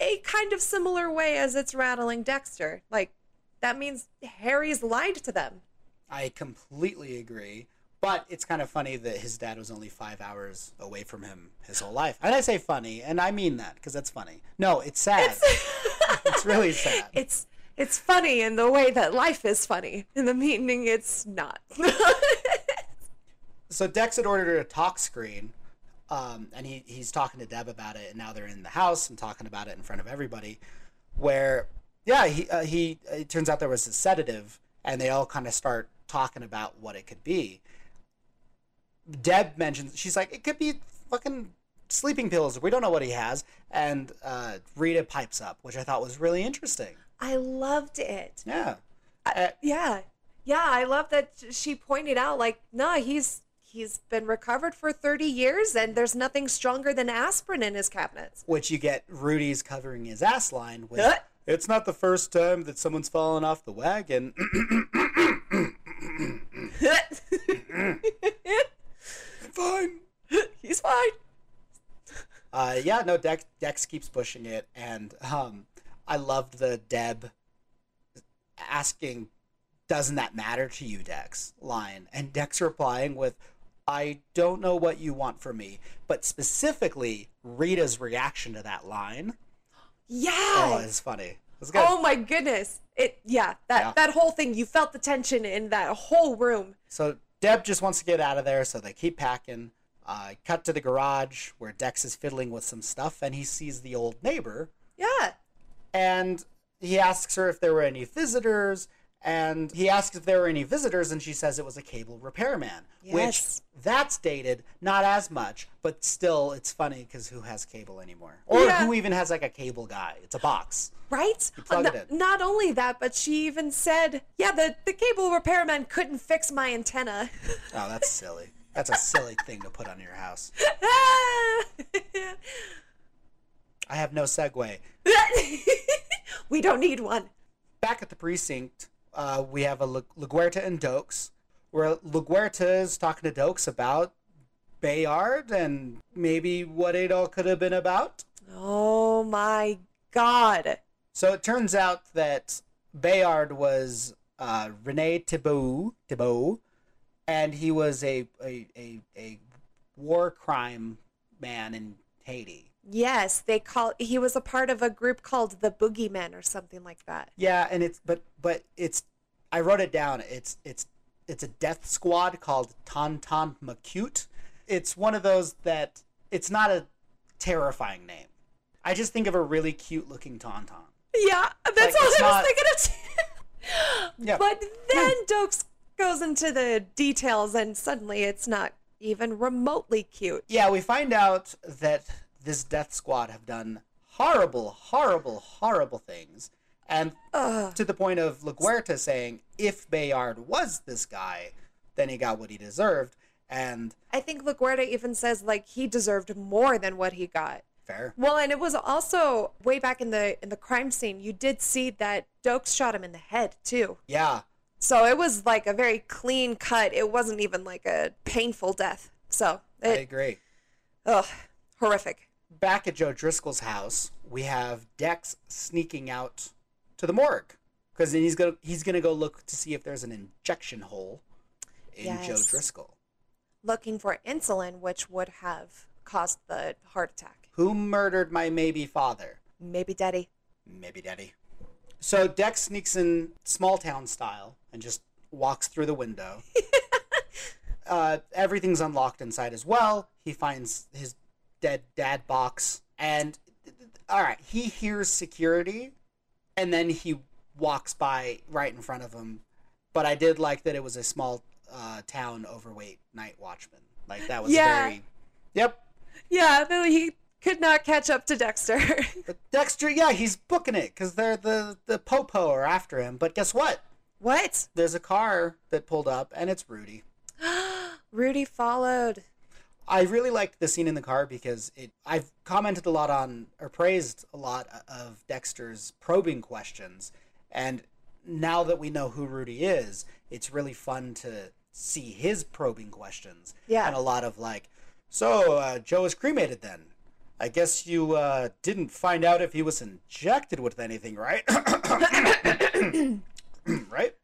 Speaker 1: a kind of similar way as it's rattling Dexter. Like that means Harry's lied to them.
Speaker 2: I completely agree. But it's kind of funny that his dad was only five hours away from him his whole life. And I say funny, and I mean that because that's funny. No, it's sad.
Speaker 1: <laughs>
Speaker 2: It's, really sad.
Speaker 1: It's it's funny in the way that life is funny, in the meaning it's not. <laughs>
Speaker 2: so Dex had ordered a talk screen, um, and he, he's talking to Deb about it. And now they're in the house and talking about it in front of everybody. Where, yeah, he uh, he it turns out there was a sedative, and they all kind of start talking about what it could be. Deb mentions she's like it could be fucking sleeping pills. We don't know what he has. And uh, Rita pipes up, which I thought was really interesting.
Speaker 1: I loved it.
Speaker 2: Yeah. Uh,
Speaker 1: Yeah. Yeah, I love that she pointed out like, nah, he's he's been recovered for 30 years and there's nothing stronger than aspirin in his cabinets.
Speaker 2: which you get Rudy's covering his ass line with.
Speaker 1: Huh?
Speaker 2: It's not the first time that someone's fallen off the wagon. <coughs> Fine.
Speaker 1: <laughs> he's fine.
Speaker 2: Uh, yeah, no, Dex, Dex keeps pushing it, and um, I loved the Deb asking, "Doesn't that matter to you, Dex?" line, and Dex replying with, "I don't know what you want from me," but specifically Rita's reaction to that line.
Speaker 1: Yeah.
Speaker 2: Oh,
Speaker 1: Oh,
Speaker 2: it's funny. It's good.
Speaker 1: my goodness. It yeah, that
Speaker 2: Yeah.
Speaker 1: that whole thing, you felt the tension in that whole room.
Speaker 2: So Deb just wants to get out of there, so they keep packing. Uh, cut to the garage where Dex is fiddling with some stuff, and he sees the old neighbor,
Speaker 1: Yeah.
Speaker 2: and he asks her if there were any visitors, and he asks if there were any visitors, and she says it was a cable repairman,
Speaker 1: Yes.
Speaker 2: which that's dated, not as much, but still, it's funny because who has cable anymore, or
Speaker 1: Yeah.
Speaker 2: who even has like a cable guy? It's a box.
Speaker 1: Right?
Speaker 2: plug
Speaker 1: Uh,
Speaker 2: it
Speaker 1: n-
Speaker 2: in.
Speaker 1: Not only that, but she even said, yeah, the, the cable repairman couldn't fix my antenna. <laughs>
Speaker 2: Oh, that's silly. That's a silly thing to put on your house. I have no segue.
Speaker 1: <laughs> we don't need one.
Speaker 2: back at the precinct, uh, we have a La- LaGuerta and Dokes, where LaGuerta is talking to Dokes about Bayard and maybe what it all could have been about.
Speaker 1: Oh my god.
Speaker 2: So it turns out that Bayard was uh, Rene Thibault, Thibault, and he was a, a, a, a war crime man in Haiti.
Speaker 1: Yes, they call he was a part of a group called the Boogeymen or something like that.
Speaker 2: Yeah, and it's but but it's I wrote it down. It's it's it's a death squad called Tonton Macute. It's one of those that it's not a terrifying name. I just think of a really cute looking Tauntaun.
Speaker 1: Yeah, that's
Speaker 2: Like,
Speaker 1: all
Speaker 2: it's
Speaker 1: I
Speaker 2: not-
Speaker 1: was <laughs> thinking of.
Speaker 2: Yeah.
Speaker 1: But then Dokes goes into the details and suddenly it's not even remotely cute.
Speaker 2: Yeah, we find out that this death squad have done horrible, horrible, horrible things. And
Speaker 1: Ugh.
Speaker 2: to the point of LaGuerta saying if Bayard was this guy, then he got what he deserved. And
Speaker 1: I think LaGuardia even says like he deserved more than what he got.
Speaker 2: fair.
Speaker 1: Well, and it was also way back in the in the crime scene, you did see that Dokes shot him in the head too.
Speaker 2: Yeah.
Speaker 1: So it was like a very clean cut. It wasn't even like a painful death. So
Speaker 2: I
Speaker 1: it,
Speaker 2: agree.
Speaker 1: ugh, horrific.
Speaker 2: Back at Joe Driscoll's house, we have Dex sneaking out to the morgue because then he's gonna he's gonna go look to see if there's an injection hole in Joe
Speaker 1: Yes.
Speaker 2: Driscoll,
Speaker 1: Looking for insulin, which would have caused the heart attack.
Speaker 2: who murdered my maybe father,
Speaker 1: Maybe Daddy.
Speaker 2: maybe daddy. So Dex sneaks in small town style and just walks through the window. uh, everything's unlocked inside as well. He finds his dead dad box, and all right, he hears security, and then he walks by right in front of him. But I did like that it was a small uh, town overweight night watchman. Like that was
Speaker 1: Yeah.
Speaker 2: very. Yep,
Speaker 1: Yeah, though he could not catch up to Dexter. <laughs>
Speaker 2: but Dexter. Yeah, he's booking it because they're the the popo are after him. But guess what?
Speaker 1: what?
Speaker 2: There's a car that pulled up, and it's Rudy.
Speaker 1: Rudy followed.
Speaker 2: I really liked the scene in the car because it. I've commented a lot on or praised a lot of Dexter's probing questions, and now that we know who Rudy is, it's really fun to see his probing questions.
Speaker 1: Yeah.
Speaker 2: and a lot of like, so uh, Joe was cremated then. I guess you uh, didn't find out if he was injected with anything, right? <coughs> right?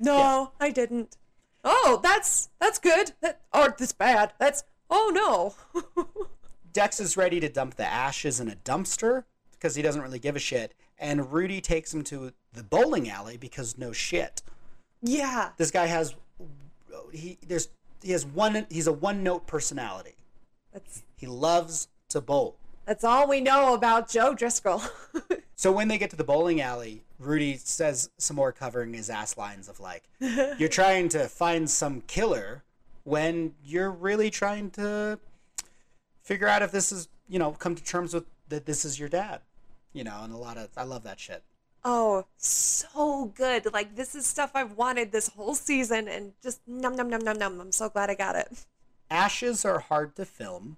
Speaker 1: No, I didn't. Oh, that's that's good. That, or that's bad. That's oh no. <laughs>
Speaker 2: Dex is ready to dump the ashes in a dumpster because he doesn't really give a shit. And Rudy takes him to the bowling alley because no shit.
Speaker 1: yeah.
Speaker 2: This guy has he there's he has one he's a one note personality.
Speaker 1: That's
Speaker 2: He loves to bowl.
Speaker 1: that's all we know about Joe Driscoll. <laughs>
Speaker 2: So when they get to the bowling alley, Rudy says some more covering his ass lines of like, "You're trying to find some killer when you're really trying to figure out if this is you know come to terms with that this is your dad you know and a lot of i love that shit
Speaker 1: Oh, so good. Like this is stuff I've wanted this whole season and just num num num num num. I'm so glad I got it.
Speaker 2: ashes are hard to film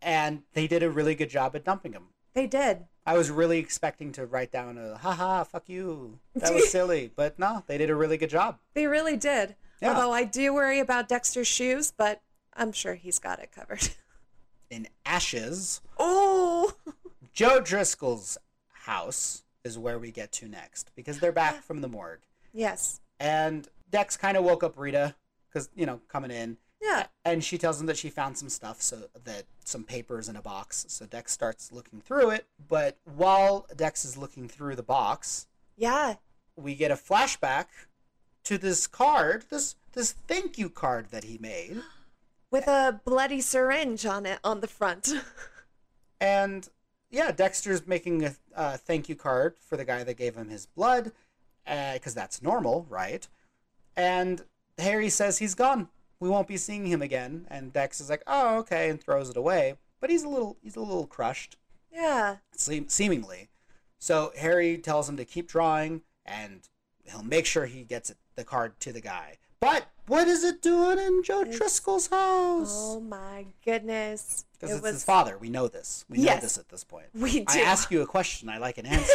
Speaker 2: and they did a really good job at dumping them
Speaker 1: They did.
Speaker 2: i was really expecting to write down a haha fuck you that was silly but no they did a really good job
Speaker 1: They really did.
Speaker 2: Yeah.
Speaker 1: Although I do worry about Dexter's shoes, but I'm sure he's got it covered. <laughs>
Speaker 2: in ashes
Speaker 1: Oh,
Speaker 2: joe driscoll's house is where we get to next because they're back from the morgue
Speaker 1: yes.
Speaker 2: and dex kind of woke up rita because you know coming in
Speaker 1: Yeah.
Speaker 2: and she tells him that she found some stuff so that some papers in a box so dex starts looking through it but while dex is looking through the box
Speaker 1: Yeah.
Speaker 2: we get a flashback to this card this this thank you card that he made
Speaker 1: With a bloody syringe on it on the front. <laughs>
Speaker 2: and yeah dexter's making a uh, thank you card for the guy that gave him his blood because that's normal right and harry says he's gone we won't be seeing him again and dex is like oh okay and throws it away but he's a little he's a little crushed
Speaker 1: yeah.
Speaker 2: seem- seemingly. So Harry tells him to keep drawing, and he'll make sure he gets it, the card to the guy. But what is it doing in Joe Driscoll's house?
Speaker 1: Oh my goodness.
Speaker 2: Because
Speaker 1: it
Speaker 2: it's
Speaker 1: was
Speaker 2: his father. We know this. We know
Speaker 1: Yes.
Speaker 2: this at this point.
Speaker 1: We
Speaker 2: I
Speaker 1: do.
Speaker 2: ask you a question. I like an
Speaker 1: <laughs>
Speaker 2: answer.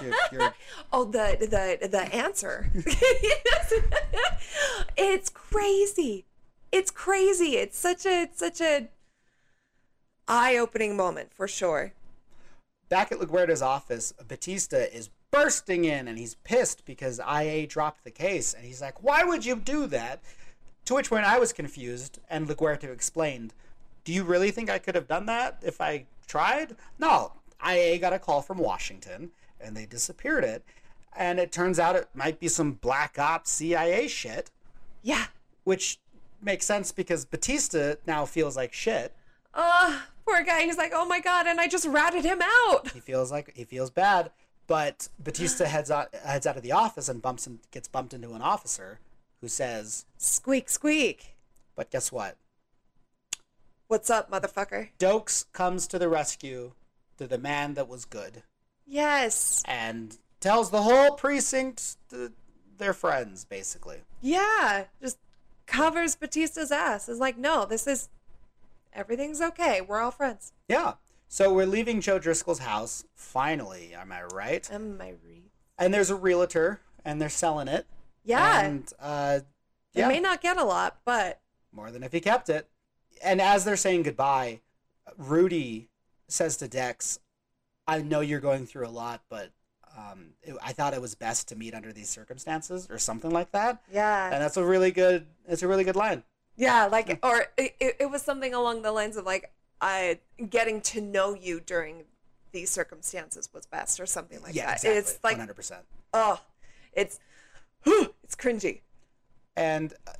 Speaker 2: You're- you're-
Speaker 1: Oh, the the the answer. <laughs> Yes. it's crazy. It's crazy. It's such a it's such a eye-opening moment for sure.
Speaker 2: Back at LaGuardia's office, Batista is bursting in, and he's pissed because IA dropped the case. And he's like, "Why would you do that?" To which point I was confused, and LaGuardia explained, Do you really think I could have done that if I tried? No. IA got a call from Washington and they disappeared it. And it turns out it might be some black ops CIA shit,
Speaker 1: Yeah.
Speaker 2: which makes sense because Batista now feels like shit.
Speaker 1: Oh, poor guy. He's like, oh my god, and I just ratted him out.
Speaker 2: He feels like he feels bad. But Batista heads out heads out of the office and bumps and gets bumped into an officer who says,
Speaker 1: Squeak, squeak.
Speaker 2: But guess what?
Speaker 1: What's up, motherfucker?
Speaker 2: Dokes comes to the rescue to the man that was good.
Speaker 1: Yes.
Speaker 2: and tells the whole precinct th- they're friends, basically.
Speaker 1: Yeah. Just covers Batista's ass. Is like, no, this is everything's okay. We're all friends.
Speaker 2: Yeah. So we're leaving Joe Driscoll's house, finally, am I right?
Speaker 1: Am I re?
Speaker 2: And there's a realtor, and they're selling it.
Speaker 1: Yeah.
Speaker 2: And, uh,
Speaker 1: They
Speaker 2: yeah,
Speaker 1: may not get a lot, but
Speaker 2: more than if he kept it. And as they're saying goodbye, Rudy says to Dex, I know you're going through a lot, but um, it, I thought it was best to meet under these circumstances, or something like that.
Speaker 1: yeah.
Speaker 2: And that's a really good, it's a really good line.
Speaker 1: Yeah, like, or it, it it was something along the lines of like, I getting to know you during these circumstances was best, or something like
Speaker 2: yeah,
Speaker 1: that.
Speaker 2: exactly.
Speaker 1: It's like,
Speaker 2: 100%.
Speaker 1: oh, it's, it's cringy.
Speaker 2: and uh,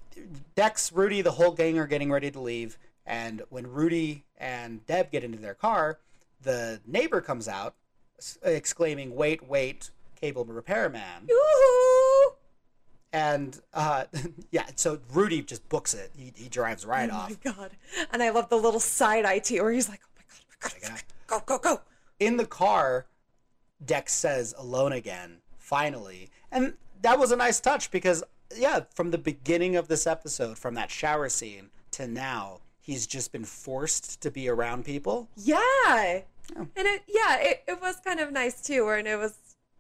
Speaker 2: Dex, Rudy, the whole gang are getting ready to leave. And when Rudy and Deb get into their car, the neighbor comes out s- exclaiming, Wait, wait, cable repairman.
Speaker 1: Woohoo!
Speaker 2: And uh, <laughs> yeah, so Rudy just books it. He, he drives right
Speaker 1: Oh
Speaker 2: off.
Speaker 1: my god! And I love the little side eye to where he's like, oh my god, oh my god, oh my God, go, go, go!
Speaker 2: In the car, Dex says, Alone again, finally. And that was a nice touch because, yeah, from the beginning of this episode, from that shower scene to now, he's just been forced to be around people.
Speaker 1: Yeah. And it, yeah, it, it was kind of nice too, where and it was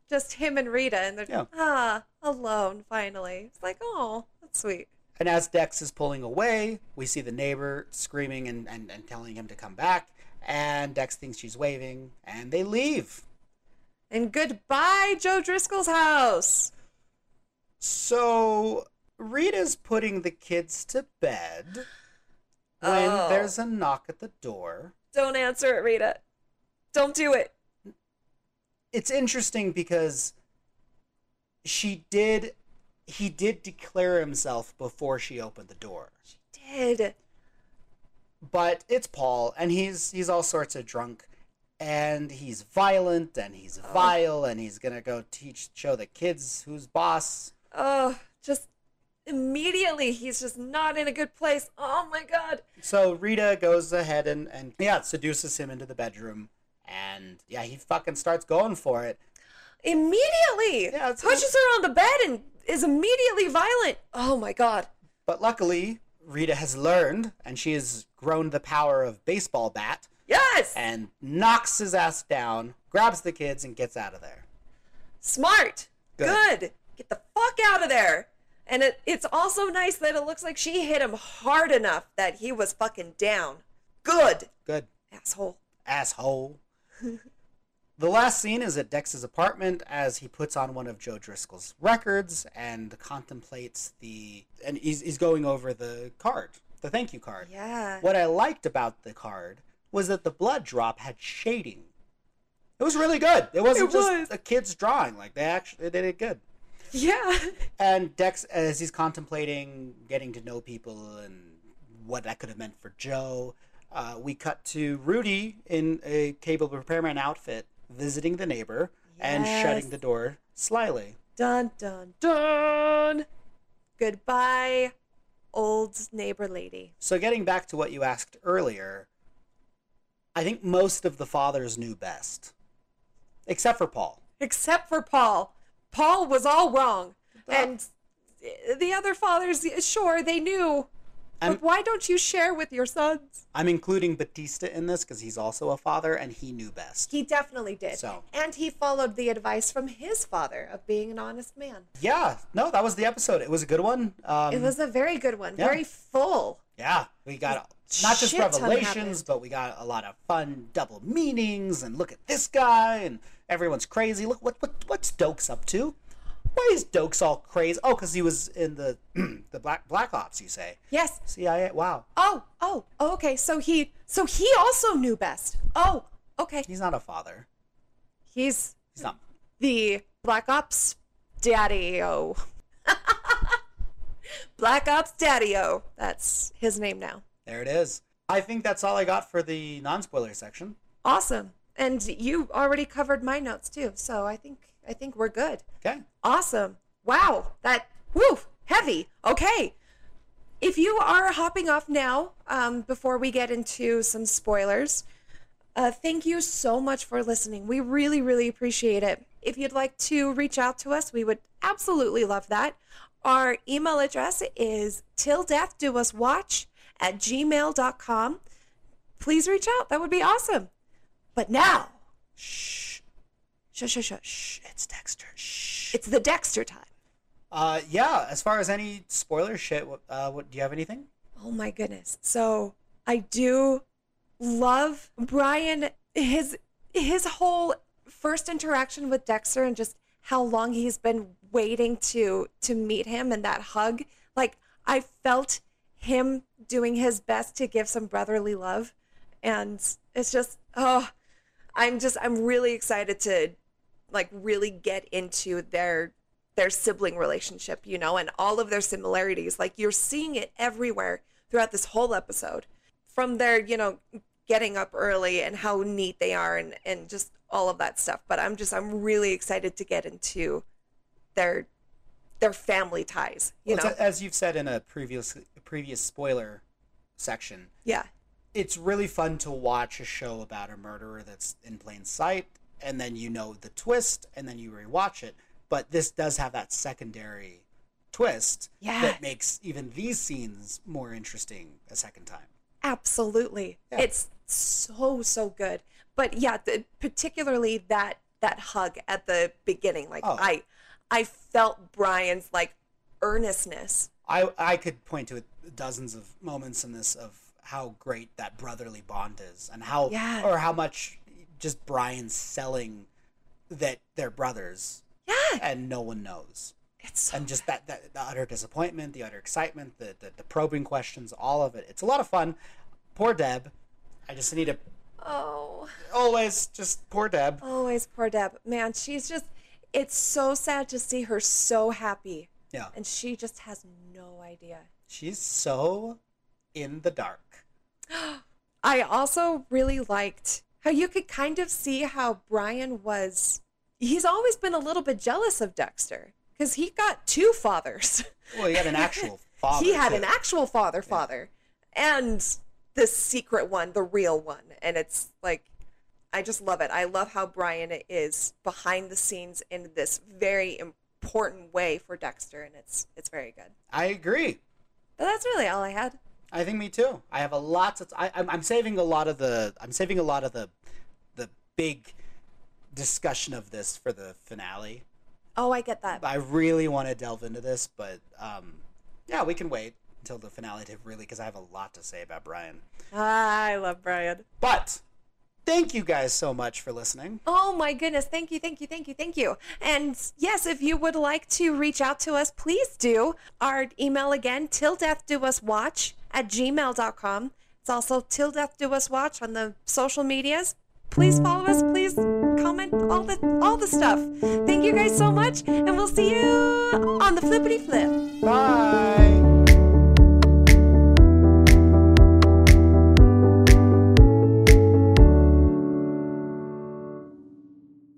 Speaker 1: just him and Rita, and they're
Speaker 2: Yeah.
Speaker 1: ah alone finally. It's like, oh, that's sweet.
Speaker 2: And as Dex is pulling away, we see the neighbor screaming and, and, and telling him to come back. And Dex thinks she's waving, and they leave.
Speaker 1: And goodbye, Joe Driscoll's house.
Speaker 2: So Rita's putting the kids to bed when
Speaker 1: Oh.
Speaker 2: there's a knock at the door.
Speaker 1: Don't answer it, Rita. Don't do it.
Speaker 2: It's interesting because she did, he did declare himself before she opened the door.
Speaker 1: Did.
Speaker 2: but it's Paul, and he's he's all sorts of drunk, and he's violent, and he's vile, and he's gonna go teach show the kids who's boss.
Speaker 1: Oh, just immediately he's just not in a good place. Oh my god.
Speaker 2: So Rita goes ahead and, and yeah, seduces him into the bedroom. And yeah, he fucking starts going for it.
Speaker 1: Immediately
Speaker 2: Yeah, it's-
Speaker 1: pushes her on the bed and is immediately violent. Oh my god.
Speaker 2: But luckily, Rita has learned and she has grown the power of baseball bat
Speaker 1: Yes.
Speaker 2: and knocks his ass down, grabs the kids, and gets out of there.
Speaker 1: Smart.
Speaker 2: Good.
Speaker 1: Good. Get the fuck out of there. And it, it's also nice that it looks like she hit him hard enough that he was fucking down. Good.
Speaker 2: Good.
Speaker 1: Asshole.
Speaker 2: Asshole. the last scene is at Dex's apartment as he puts on one of Joe Driscoll's records and contemplates the. And he's, he's going over the card, the thank you card.
Speaker 1: Yeah.
Speaker 2: What I liked about the card was that the blood drop had shading. It was really good. It wasn't
Speaker 1: It
Speaker 2: just
Speaker 1: was.
Speaker 2: a kid's drawing. Like they actually they did good.
Speaker 1: Yeah. <laughs>
Speaker 2: And Dex, as he's contemplating getting to know people and what that could have meant for Joe, uh, we cut to Rudy in a cable repairman outfit visiting the neighbor and shutting
Speaker 1: Yes.
Speaker 2: the door slyly.
Speaker 1: Dun dun dun. Goodbye, old neighbor lady.
Speaker 2: So getting back to what you asked earlier, I think most of the fathers knew best, except for Paul.
Speaker 1: Except for Paul. Paul was all wrong. And the other fathers, sure, they knew.
Speaker 2: I'm-
Speaker 1: but why don't you share with your sons?
Speaker 2: I'm including Batista in this because he's also a father and he knew best.
Speaker 1: He definitely did.
Speaker 2: So.
Speaker 1: And he followed the advice from his father of being an honest man.
Speaker 2: Yeah, no, that was the episode. It was a good one. Um,
Speaker 1: it was a very good one,
Speaker 2: yeah.
Speaker 1: very full.
Speaker 2: Yeah, we got not just
Speaker 1: Shit ton
Speaker 2: revelations,
Speaker 1: happened.
Speaker 2: but we got a lot of fun double meanings and look at this guy and everyone's crazy. Look what what what's Dokes up to? Why is Dokes all crazy? Oh, because he was in the <clears throat> the black black ops. You say
Speaker 1: Yes.
Speaker 2: CIA? Wow,
Speaker 1: Oh, oh, oh, okay. So he so he also knew best. Oh, okay.
Speaker 2: he's not a father.
Speaker 1: He's
Speaker 2: He's not.
Speaker 1: the Black Ops Daddy O. <laughs> Black Ops Daddy O. That's his name now.
Speaker 2: There it is. I think that's all I got for the non spoiler section.
Speaker 1: Awesome. And you already covered my notes too, so I think I think we're good.
Speaker 2: Okay.
Speaker 1: Awesome. Wow. That woo heavy. Okay. If you are hopping off now, um, before we get into some spoilers, uh, thank you so much for listening. We really, really appreciate it. If you'd like to reach out to us, we would absolutely love that. Our email address is till death do us watch at gmail.com. Please reach out. That would be awesome. But now,
Speaker 2: Shh,
Speaker 1: shush, shush, shush.
Speaker 2: it's Dexter. Shh.
Speaker 1: It's the Dexter time.
Speaker 2: Uh, yeah. As far as any spoiler shit, what, uh, what do you have anything?
Speaker 1: Oh my goodness. So I do love Brian his his whole first interaction with Dexter and just how long he's been waiting to to meet him and that hug. Like I felt him doing his best to give some brotherly love and it's just oh I'm just I'm really excited to like really get into their their sibling relationship, you know, and all of their similarities. Like you're seeing it everywhere throughout this whole episode. From their, you know, getting up early and how neat they are and and just all of that stuff. But I'm just I'm really excited to get into their their family ties, you
Speaker 2: Well,
Speaker 1: know.
Speaker 2: it's- as you've said in a previous previous spoiler section,
Speaker 1: yeah.
Speaker 2: it's really fun to watch a show about a murderer that's in plain sight, and then you know the twist, and then you rewatch it. But this does have that secondary twist
Speaker 1: Yeah.
Speaker 2: that makes even these scenes more interesting a second time.
Speaker 1: Absolutely. It's so so good. But yeah, the, particularly that that hug at the beginning like
Speaker 2: Oh.
Speaker 1: I I felt Brian's like earnestness
Speaker 2: I I could point to dozens of moments in this of how great that brotherly bond is, and how
Speaker 1: Yeah.
Speaker 2: or how much just Brian's selling that they're brothers,
Speaker 1: Yeah.
Speaker 2: and no one knows.
Speaker 1: It's so
Speaker 2: and just that, that the utter disappointment, the utter excitement, the, the the probing questions, all of it. It's a lot of fun. Poor Deb. I just need to
Speaker 1: oh
Speaker 2: always just poor Deb.
Speaker 1: always poor Deb. Man, she's just it's so sad to see her so happy.
Speaker 2: Yeah,
Speaker 1: And she just has no idea.
Speaker 2: she's so in the dark.
Speaker 1: I also really liked how you could kind of see how Brian was he's always been a little bit jealous of Dexter because he got two fathers. <laughs>
Speaker 2: Well, <laughs> he had an actual father.
Speaker 1: he had
Speaker 2: too.
Speaker 1: an actual father father. And the secret one, the real one. And it's like, I just love it. I love how Brian is behind the scenes in this very important way for Dexter, and it's it's very good.
Speaker 2: I agree.
Speaker 1: But that's really all I had.
Speaker 2: I think me too. I have a lot to. I, I'm, I'm saving a lot of the. I'm saving a lot of the, the big, discussion of this for the finale.
Speaker 1: Oh, I get that.
Speaker 2: I really want to delve into this, but um, yeah, we can wait until the finale to really because I have a lot to say about Brian.
Speaker 1: I love Brian.
Speaker 2: But thank you guys so much for listening.
Speaker 1: Oh my goodness. Thank you, thank you, thank you, thank you. And yes, if you would like to reach out to us, please do. Our email again, till death do us watch at gmail.com. It's also till death do us watch on the social medias. Please follow us, please comment all the all the stuff. Thank you guys so much, and we'll see you on the flippity flip.
Speaker 2: Bye.